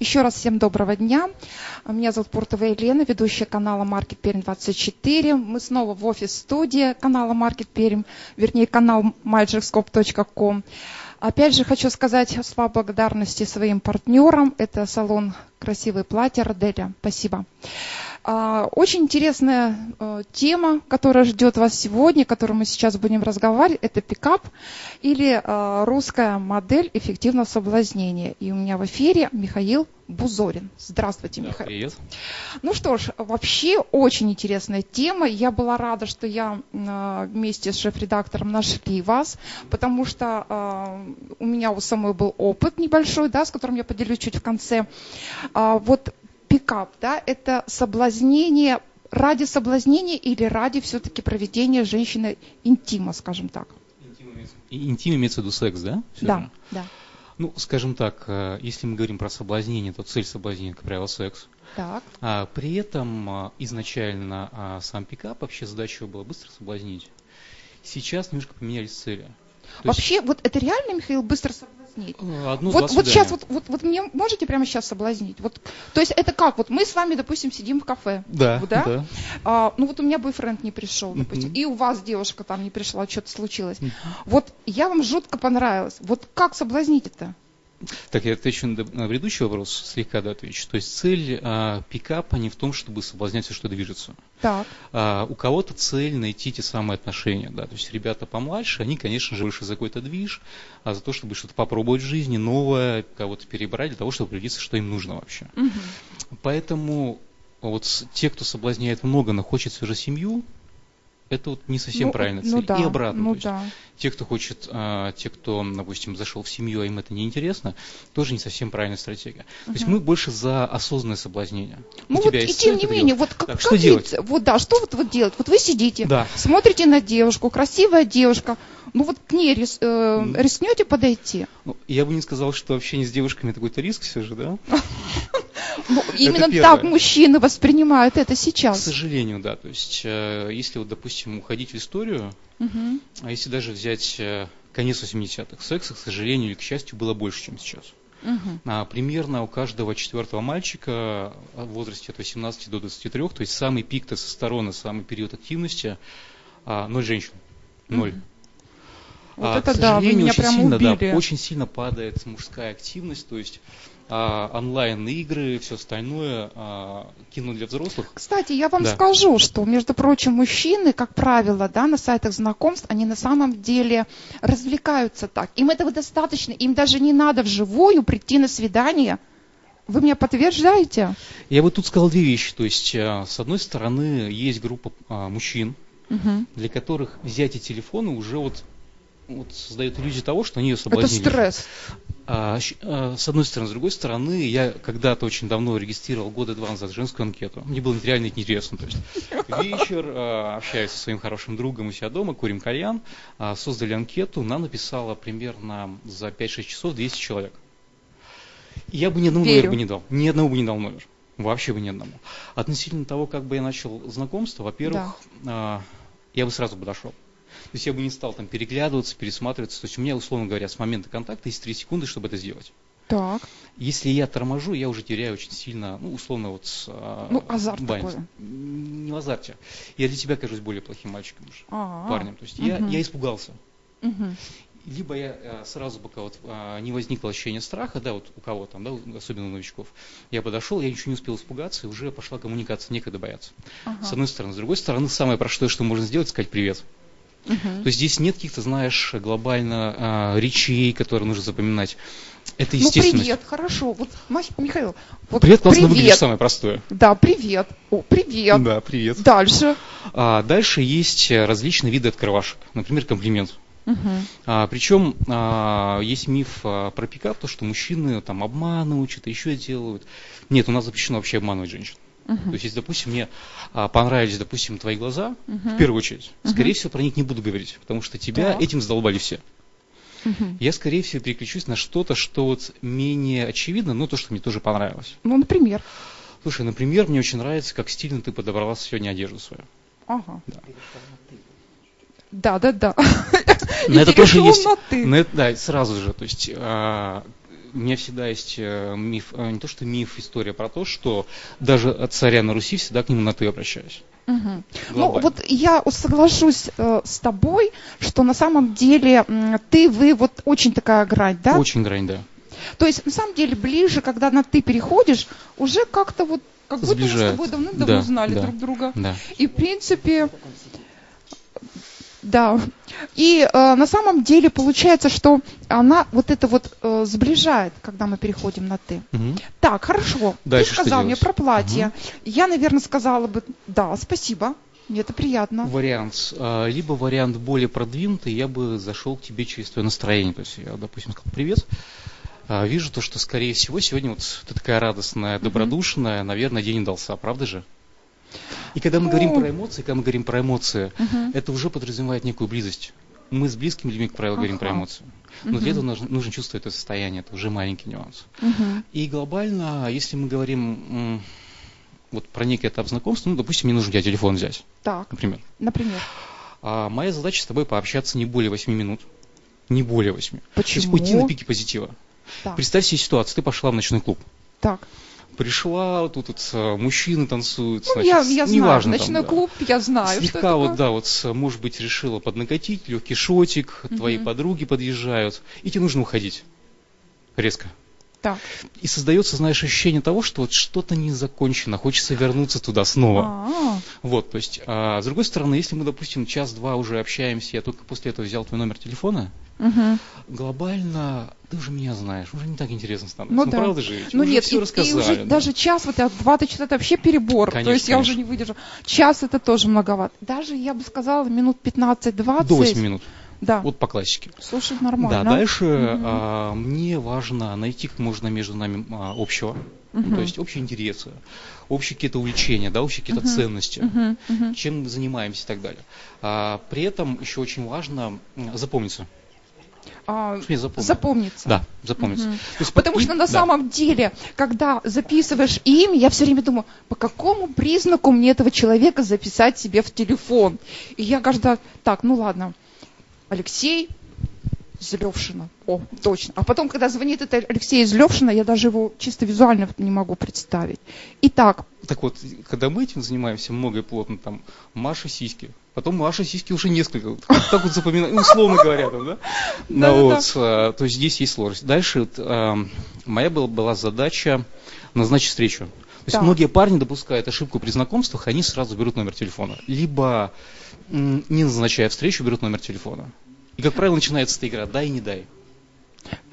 Еще раз всем доброго дня. Меня зовут Пуртова Елена, ведущая канала Market Пермь 24. Мы снова в офис-студии канала Market Пермь, вернее, канал magicscope.com. Опять же, хочу сказать слова благодарности своим партнерам. Это салон «Красивые платья» Роделя. Спасибо. А, Очень интересная э, тема, которая ждет вас сегодня, которую мы сейчас будем разговаривать, это пикап или э, русская модель эффективного соблазнения. И у меня в эфире Михаил Бузорин. Здравствуйте, Да, Михаил. привет. Ну что ж, вообще очень интересная тема. Я была рада, что я э, вместе с шеф-редактором нашли вас, потому что э, у меня у самой был опыт небольшой, да, с которым я поделюсь чуть в конце. А, вот пикап, да, это соблазнение ради соблазнения или ради все-таки проведения женщины интима, скажем так. И интим имеется в виду секс, да? Всё да, же? да, Ну, скажем так, э, если мы говорим про соблазнение, то цель соблазнения, как правило, секс. так, А при этом а, изначально а, сам пикап, вообще задача его была быстро соблазнить. Сейчас немножко поменялись цели. То есть, Вообще, вот это реально, Михаил, быстро соблазнить? э, одно, вот, два вот сейчас, вот, свидания. вот, вот мне можете прямо сейчас соблазнить? Вот, то есть это как? Вот мы с вами, допустим, сидим в кафе. Да, вот, да? да. А, ну вот у меня бойфренд не пришел, допустим, Мгм. и у вас девушка там не пришла, что-то случилось. Мгм. Вот я вам жутко понравилась. Вот как соблазнить это? Так, я отвечу на на предыдущий вопрос, слегка да, отвечу. То есть цель а, пикапа не в том, чтобы соблазнять все, что движется. Так, А, у кого-то цель найти те самые отношения, да, то есть ребята помладше, они, конечно же, больше за какой-то движ, а за то, чтобы что-то попробовать в жизни, новое, кого-то перебрать для того, чтобы определиться, что им нужно вообще. мгм. Поэтому вот с- те, кто соблазняет много, но хочет всю же семью, это вот не совсем Ну, правильная цель. ну да, И обратно. Ну то есть да. Те, кто хочет, а, те, кто, допустим, зашел в семью, а им это неинтересно, тоже не совсем правильная стратегия. То есть Мгм. мы больше за осознанное соблазнение. Ну у вот тебя и есть тем цель, не ты менее, вот как, Так, как что вы- делать? вот да, что вот вы делать? Вот вы сидите, Да. смотрите на девушку, красивая девушка, ну вот к ней рис- э, Мгм. рискнете подойти? Ну, я бы не сказал, что общение с девушками это какой-то риск все же, да? А, Ну, именно первое. так мужчины воспринимают это К сейчас. сожалению, да. То есть, э, если вот, допустим, уходить в историю, Мгм. а если даже взять э, конец 80-х, секса, к сожалению или к счастью, было больше, чем сейчас. Мгм. А, примерно у каждого четвертого мальчика а, в возрасте от 18 до 23, то есть самый пик тестостерона, самый период активности, а, ноль женщин. Ноль. Мгм. Вот А, это к да, вы сожалению, меня очень прям сильно, да, убили. очень сильно падает мужская активность, то есть а, онлайн-игры, все остальное, а, кино для взрослых. Кстати, я вам Да. скажу, что, между прочим, мужчины, как правило, да, на сайтах знакомств, они на самом деле развлекаются так. Им этого достаточно, им даже не надо вживую прийти на свидание. Вы меня подтверждаете? Я бы тут сказал две вещи, то есть а, с одной стороны есть группа а, мужчин, Мгм. для которых взятие телефона уже вот, вот создает иллюзию того, что они ее Это соблазнили. стресс. А, щ- а, с одной стороны. С другой стороны, я когда-то очень давно регистрировал года два назад женскую анкету. Мне было реально интересно. То есть вечер, а, общаюсь со своим хорошим другом у себя дома, курим кальян, а, создали анкету, она написала примерно за 5-6 часов 200 человек. И Я бы ни одному Верю. номер бы не дал. Ни одного бы не дал номер. Вообще бы ни одному. Относительно того, как бы я начал знакомство, во-первых, а, я бы сразу подошел. То есть я бы не стал там переглядываться, пересматриваться. То есть у меня, условно говоря, с момента контакта есть 3 секунды, чтобы это сделать. Так. Если я торможу, я уже теряю очень сильно, ну, условно, вот... с, а, Ну, азарт байн- такой. Не в азарте. Я для тебя кажусь более плохим мальчиком, уже, А, парнем. То есть я, мгм. я испугался. мгм. Либо я э, сразу, пока вот а, не возникло ощущение страха, да, вот у кого там, да, у- особенно у новичков, я подошел, я ничего не успел испугаться, и уже пошла коммуникация, некогда бояться. Ага. С одной стороны. С другой стороны, самое простое, что можно сделать, сказать привет. Мгм. То есть здесь нет каких-то, знаешь, глобально а, речей, которые нужно запоминать. Это Ну, естественно. привет, хорошо. Вот, Мах- Михаил, вот Привет классно выглядишь, привет. самое простое. Да, привет. О, привет. Да, привет. Дальше. А, дальше есть э, различные виды открывашек. Например, комплимент. Мгм. А, причем а, есть миф а, про пикап, то, что мужчины там обманывают, что-то еще делают. Нет, у нас запрещено вообще обманывать женщин. Мгм. То есть, если, допустим, мне а, понравились, допустим, твои глаза, Мгм. в первую очередь, скорее Мгм. всего, про них не буду говорить, потому что тебя Так. этим задолбали все. Мгм. Я, скорее всего, переключусь на что-то, что вот менее очевидно, но то, что мне тоже понравилось. Ну, например. Слушай, например, мне очень нравится, как стильно ты подобрала сегодня одежду свою. Ага. Да. Да, да, да. Но Ну, это тоже есть. Интересно, ну, ты. Но это, да, сразу же, то есть а, у меня всегда есть э, миф, э, не то что миф, история про то, что даже от царя на Руси всегда к нему на «ты» обращаюсь. Мгм. Ну Глобально. вот я соглашусь э, с тобой, что на самом деле м, ты, вы вот очень такая грань, да? Очень грань, да. То есть на самом деле ближе, когда на ты переходишь, уже как-то вот как будто мы с Сближает. тобой давным-давно Да, знали да. друг друга. да. И в принципе, да. И э, на самом деле получается, что она вот это вот э, сближает, когда мы переходим на ты. Мгм. Так, хорошо. Дальше Ты что сказал мне делать? про платье. Я, наверное, сказала бы, да, спасибо. Мне это приятно. Вариант. с- а, Либо вариант более продвинутый, я бы зашел к тебе через твое настроение. То есть я, допустим, сказал привет. а, Вижу то, что, скорее всего, сегодня вот ты такая радостная, добродушная, наверное, день удался, а правда же? И когда мы говорим Ну. про эмоции, когда мы говорим про эмоции, Мгм. это уже подразумевает некую близость. Мы с близкими людьми, как правило, говорим про Ага. эмоции. Но для этого нужно, нужно чувствовать это состояние, это уже маленький нюанс. Мгм. И глобально, если мы говорим м, вот про некий этап знакомства, ну, допустим, мне нужно у тебя телефон взять, Так, например. например. А моя задача с тобой пообщаться не более 8 минут. Не более 8. Почему? А. То есть уйти на пике позитива. Так, Представь себе ситуацию, ты пошла в ночной клуб. так. Пришла, тут, вот, э, мужчины танцуют, Ну, значит, я, я знаю, неважно там, ночной да. клуб, я знаю. что Слегка это вот, такое. да, вот, э, может быть, решила поднакатить, легкий шотик, твои Мгм. подруги подъезжают, и тебе нужно уходить. Резко. Так. И создается, знаешь, ощущение того, что вот что-то не закончено, хочется вернуться туда снова. А, Вот, то есть, а, с другой стороны, если мы, допустим, час-два уже общаемся, я только после этого взял твой номер телефона, мгм. глобально ты уже меня знаешь, уже не так интересно становится. Ну да. правда же? ведь? Ну Уже нет, все и, рассказали. и уже да. даже час, вот я два-то часа, это вообще перебор. Конечно, то есть я уже конечно. не выдержу. Час это тоже многовато. Даже, я бы сказала, минут 15-20. до 8 минут. Да, Вот по классике. слушай, нормально. Да, дальше Мгм. а, мне важно найти как можно между нами а, общего. Ну, Мгм. То есть общие интересы, общие какие-то увлечения, да, общие какие-то Мгм. ценности, Мгм, мгм. чем мы занимаемся и так далее. А, при этом еще очень важно м, запомниться. Ну, А, Что я запомнил? запомнится. Да, запомниться. Мгм. То есть Потому и- что на да. самом деле, когда записываешь имя, я все время думаю, по какому признаку мне этого человека записать себе в телефон. И я каждый раз, так, ну ладно, Алексей Злевшина. О, точно. А потом, когда звонит это Алексей из Левшина, я даже его чисто визуально вот не могу представить. Итак, Так вот, когда мы этим занимаемся много и плотно, там, Маша сиськи. Потом Маша сиськи уже несколько. Вот Так вот запоминаем, условно говоря, там, да? Да-да-да. Ну вот, а, то есть здесь есть сложность. Дальше вот, ам, моя была, была задача назначить встречу. То есть Так. многие парни допускают ошибку при знакомствах, они сразу берут номер телефона. Либо м, не назначая встречу, берут номер телефона. И, как правило, начинается эта игра «дай, не дай».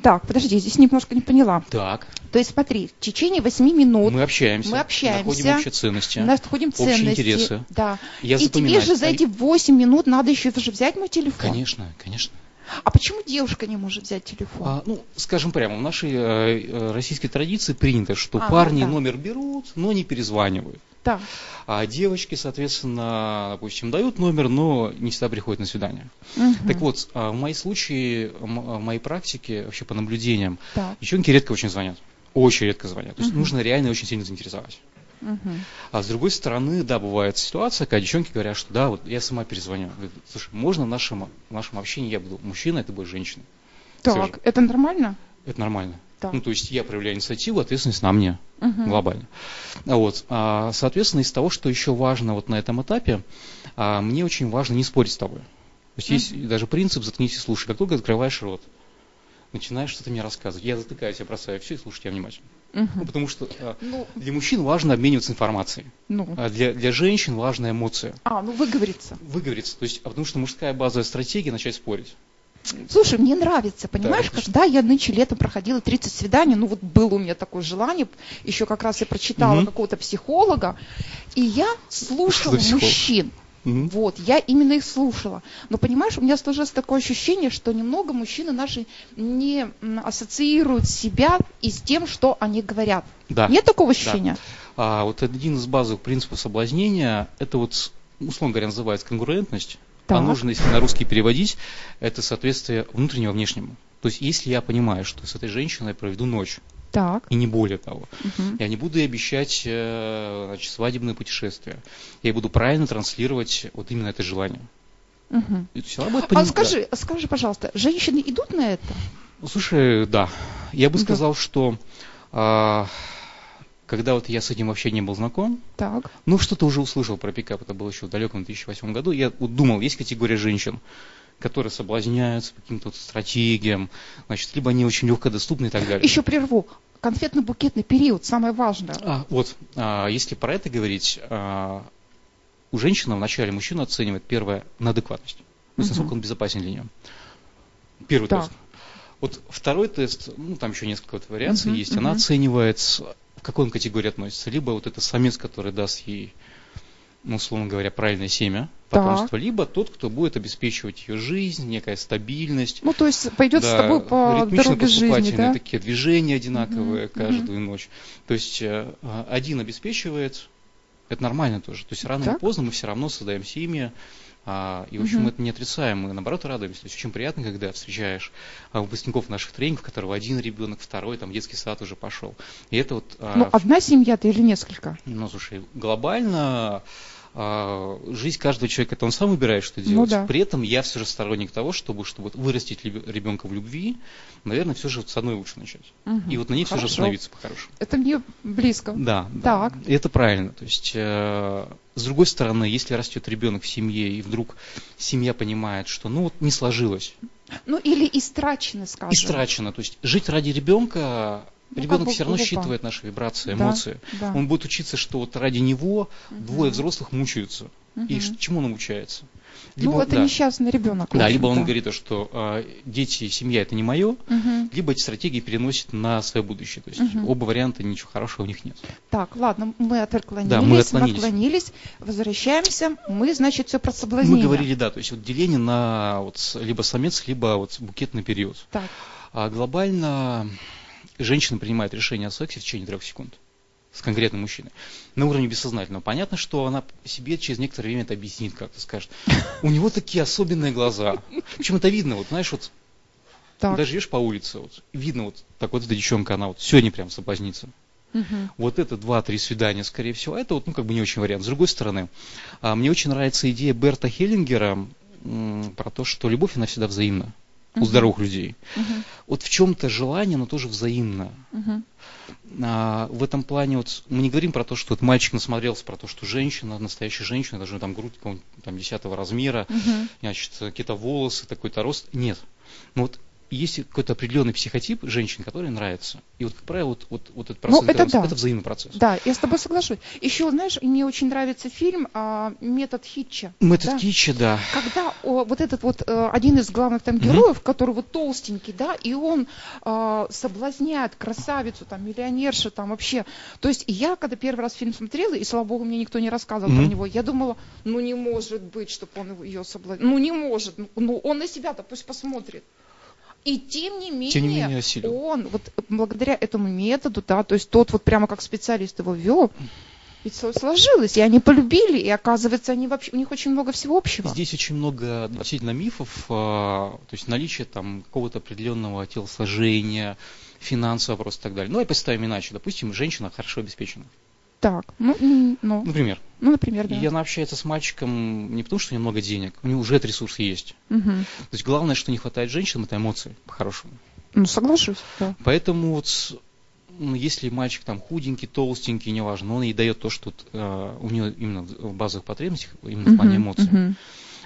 так, подожди, здесь немножко не поняла. Так, То есть смотри, в течение 8 минут мы общаемся, мы общаемся, находим общие ценности. мы находим общие ценности. интересы. Да. Я и тебе запоминаю. же за А- эти 8 минут надо еще даже взять мой телефон. Конечно, конечно. А почему девушка не может взять телефон? А, ну, скажем прямо, в нашей э, э, российской традиции принято, что А, ну парни да. номер берут, но не перезванивают. Да. А девочки, соответственно, допустим, дают номер, но не всегда приходят на свидание. Мгм. Так вот, а, в моей случае, м- а, в моей практике, вообще по наблюдениям, Так. девчонки редко очень звонят. Очень редко звонят. То есть Мгм. нужно реально очень сильно заинтересовать. Мгм. А с другой стороны, да, бывает ситуация, когда девчонки говорят, что да, вот я сама перезвоню. Я говорю, Слушай, можно в нашем, в нашем общении я буду мужчина, а ты будешь женщина. Так, это нормально? Это нормально. Да. Ну, то есть я проявляю инициативу, ответственность на мне Мгм. глобально. А Вот. а, Соответственно, из того, что еще важно вот на этом этапе, а, мне очень важно не спорить с тобой. То есть есть даже принцип «заткнись и слушай». Как только открываешь рот, начинаешь что-то мне рассказывать. Я затыкаюсь, я бросаю все и слушаю тебя внимательно. Ну, Мгм. потому что а, Ну, для мужчин важно обмениваться информацией, ну. а для, для женщин важна эмоция. А, ну выговориться. Выговориться, то есть, а потому что мужская базовая стратегия начать спорить. Слушай, мне нравится, понимаешь, конечно. когда я нынче летом проходила 30 свиданий, ну вот было у меня такое желание, еще как раз я прочитала Мгм. какого-то психолога, и я слушала за психолог? мужчин. Мгм. Вот, я именно их слушала. Но понимаешь, у меня сложилось такое ощущение, что немного мужчины наши не м, ассоциируют себя и с тем, что они говорят. Да. Нет такого ощущения? А вот один из базовых принципов соблазнения, это вот, условно говоря, называется конкурентность. А Так. нужно, если на русский переводить, это соответствие внутреннего внешнему. То есть, если я понимаю, что с этой женщиной я проведу ночь, Так. и не более того, Мгм. я не буду ей обещать э, значит, свадебное путешествие, я буду правильно транслировать вот именно это желание. Мгм. И, то есть она будет А поним- скажи, скажи, пожалуйста, женщины идут на это? Да. Слушай, да, Я бы сказал, что а, когда вот я с этим вообще не был знаком, Так, ну что-то уже услышал про пикап, это было еще в далеком 2008 году, я вот думал, есть категория женщин, которые соблазняются по каким-то вот стратегиям, значит, либо они очень легкодоступны и так далее. еще прерву. Конфетно-букетный период, самое важное. А, вот, а, если про это говорить, а, у женщины вначале мужчина оценивает первое на адекватность. То есть Мгм. насколько он безопасен для нее. Первый Да. тест. Вот второй тест, ну там еще несколько вот вариаций Мгм, есть, она мгм. оценивает, с- в какой он категории относится. Либо вот это самец, который даст ей, ну, условно говоря, правильное семя, потомство, либо тот, кто будет обеспечивать ее жизнь, некая стабильность. Ну, то есть пойдет с Да, тобой по дороге жизни, ритмично-поступательные да? такие движения одинаковые Мгм, каждую ночь. То есть э, а, один обеспечивает, это нормально тоже. То есть рано или Так. поздно мы все равно создаем семьи, а, и, в общем, Мгм. мы это не отрицаем, мы, наоборот, радуемся. То есть очень приятно, когда встречаешь а, выпускников наших тренингов, у которого один ребенок, второй, там, детский сад уже пошел. И это вот... а, Ну, одна семья ты или несколько? ну, слушай, глобально а, жизнь каждого человека, это он сам выбирает, что делать. Ну да. При этом я все же сторонник того, чтобы, чтобы вырастить лебе- ребенка в любви, наверное, все же вот с одной лучше начать. И вот на ней все же Хорошо. остановиться по-хорошему. Это мне близко. Да, да. Так. И это правильно. То есть, э, с другой стороны, если растет ребенок в семье, и вдруг семья понимает, что ну вот не сложилось, Ну, или истрачены, скажем. истрачено. То есть жить ради ребенка, Ну, ребенок как бы все равно глупо. считывает наши Да, вибрации, эмоции. Да. Он будет учиться, что вот ради него Мгм. двое взрослых мучаются. Мгм. И ш- чему он обучается? Ну, это да, несчастный ребенок. в да, либо он общем-то. говорит, то, что а, дети и семья это не мое, Мгм. либо эти стратегии переносит на свое будущее. То есть Мгм. оба варианта ничего хорошего у них нет. Так, ладно, мы отклонились, Да, мы отклонились. отклонились, возвращаемся. Мы, значит, все про Мы соблазнение. говорили, да, то есть вот деление на вот, с- либо самец, либо вот букетный период. Так, А глобально женщина принимает решение о сексе в течение трех секунд с конкретным мужчиной. На уровне бессознательного. Понятно, что она себе через некоторое время это объяснит как-то, скажет. У него такие особенные глаза. Причем это видно, вот знаешь, вот так. Даже идешь по улице, вот, видно вот так вот эта девчонка, она вот сегодня прям соблазнится. Мгм. Вот это два-три свидания, скорее всего. А это вот, ну, как бы не очень вариант. С другой стороны, а, мне очень нравится идея Берта Хеллингера м, про то, что любовь, она всегда взаимна у Мгм. здоровых людей. Мгм. Вот в чем-то желание, оно тоже взаимно. Мгм. А, в этом плане вот мы не говорим про то, что вот мальчик насмотрелся про то, что женщина, настоящая женщина, даже там грудь какого-нибудь там десятого размера, Мгм. значит, какие-то волосы, такой-то рост. Нет. Но вот есть какой-то определенный психотип женщин, который нравится. И вот, как правило, вот, вот, вот этот процесс Ну, это интерес- да. это взаимный процесс. Да, я с тобой соглашусь. Еще, знаешь, мне очень нравится фильм а, «Метод Хитча». Метод Да. Китча, Ну, да. Когда о, вот этот вот э, один из главных там Мгм. героев, который вот толстенький, да, и он а, соблазняет красавицу, там, миллионершу, там вообще. То есть я, когда первый раз фильм смотрела, и слава богу, мне никто не рассказывал про Мгм. него. его, Я думала, ну не может быть, чтобы он ее соблазнил. Ну не может. Ну, Ну он на себя-то пусть посмотрит. И тем не менее, Тем не менее, осилил. он вот благодаря этому методу, да, то есть тот вот прямо как специалист его вел, ведь со- сложилось, и они полюбили, и оказывается, они вообще, у них очень много всего общего. Здесь очень много относительно мифов, а, то есть наличие там какого-то определенного телосложения, финансового вопроса и так далее. Ну, я представим иначе. Допустим, женщина хорошо обеспечена. Так, ну, м, ну, Например, ну, например, да. и она общается с мальчиком не потому, что у нее много денег, у нее уже этот ресурс есть. Мгм. То есть главное, что не хватает женщинам, это эмоции, по-хорошему. Ну, соглашусь, да. Поэтому вот с- ну, если мальчик там худенький, толстенький, неважно, но он ей дает то, что т- э, у нее именно в базовых потребностях, именно в плане Мгм, эмоций, мгм.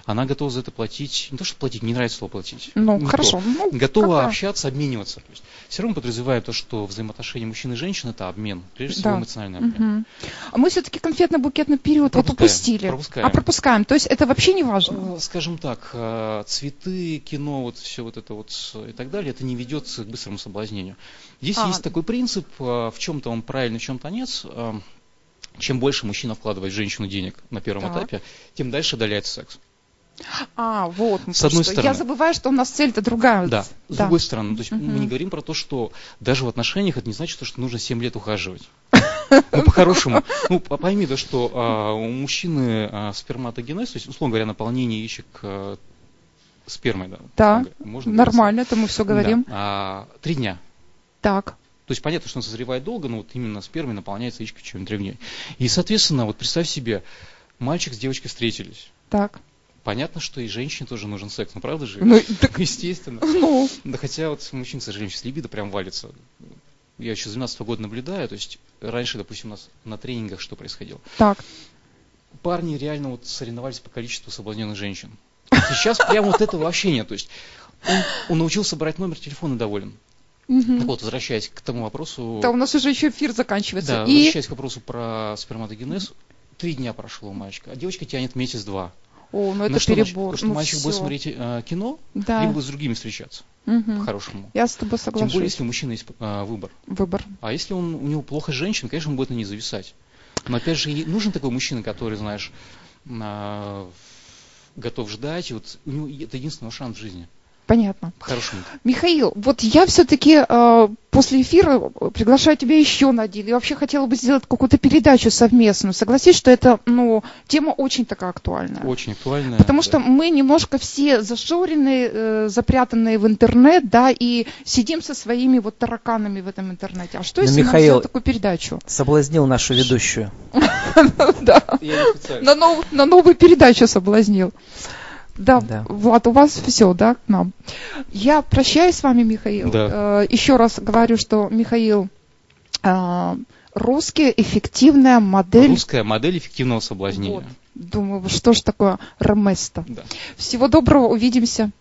она готова за это платить. Не то, что платить, не нравится слово платить. Ну, Не то. хорошо. Ну, Готова какая- общаться, обмениваться. То есть, все равно подразумеваем то, что взаимоотношения мужчин и женщин это обмен, прежде всего Да. эмоциональный обмен. Мгм. А мы все-таки конфетно-букетный период вот Пропускаем, упустили. пропускаем. А пропускаем. То есть это вообще не важно. Э, Скажем так, э, цветы, кино, вот все вот это вот э, и так далее, это не ведет к быстрому соблазнению. Здесь А. есть такой принцип, э, в чем-то он правильный, в чем-то нет. Э, Чем больше мужчина вкладывает в женщину денег на первом Так. этапе, тем дальше удаляется секс. А, вот. ну, С одной что. стороны. Я забываю, что у нас цель-то другая. Да. С другой стороны, ну, то есть мы не Мгм. говорим про то, что даже в отношениях это не значит, что нужно 7 лет ухаживать. Ну, по-хорошему. Ну, по- пойми то, что а, у мужчины а, сперматогенез, то есть, условно говоря, наполнение яичек а, спермой, да. Да, условно говоря. Можно говорить. Нормально, это мы все говорим. Да. А, три дня. Так. То есть понятно, что он созревает долго, но вот именно спермой наполняется яичко чем-то И, соответственно, вот представь себе, мальчик с девочкой встретились. Так, Понятно, что и женщине тоже нужен секс, ну правда же? Ну, так- Естественно. Ну, Да хотя вот у мужчин, к сожалению, сейчас либидо прям валится. Я еще с 12 года наблюдаю, то есть раньше, допустим, у нас на тренингах что происходило? так. Парни реально вот соревновались по количеству соблазненных женщин. Сейчас прям вот этого вообще нет. То есть он, он научился брать номер телефона доволен. Мгм. Так вот, возвращаясь к тому вопросу, Да, у нас уже еще эфир заканчивается. да, и... возвращаясь к вопросу про сперматогенез, три дня прошло у мальчика, а девочка тянет месяц-два. О, ну это На что мальчик- перебор. потому что ну, мальчик будет всё. смотреть э, кино, Да. либо с другими встречаться, Мгм. по-хорошему. Я с тобой Тем соглашусь. более, если у мужчины есть э, выбор. Выбор. А если он, у него плохо с женщиной, конечно, он будет на ней зависать. Но опять же, и нужен такой мужчина, который, знаешь, а, готов ждать. И вот у него это единственный шанс в жизни. Понятно. По-хорошему. Михаил, вот я все-таки после эфира э, приглашаю тебя еще на один. Я вообще хотела бы сделать какую-то передачу совместную. Согласись, что это, ну, тема очень такая актуальная. Очень актуально. А. Потому что мы немножко все зашоренные, э, запрятанные в интернет, да, и сидим со своими вот тараканами в этом интернете. А что, Ну, если нам Михаил- сделать такую передачу? Соблазнил нашу ведущую. Да. Я не специально. На, нов- на новую передачу соблазнил. Да, Да. Влад, у вас все, да, к нам. Я прощаюсь с вами, Михаил. Да. еще раз говорю, что Михаил э, русский, эффективная модель. Русская модель эффективного соблазнения. Вот. Думаю, что ж такое роместо. Да. Всего доброго, увидимся.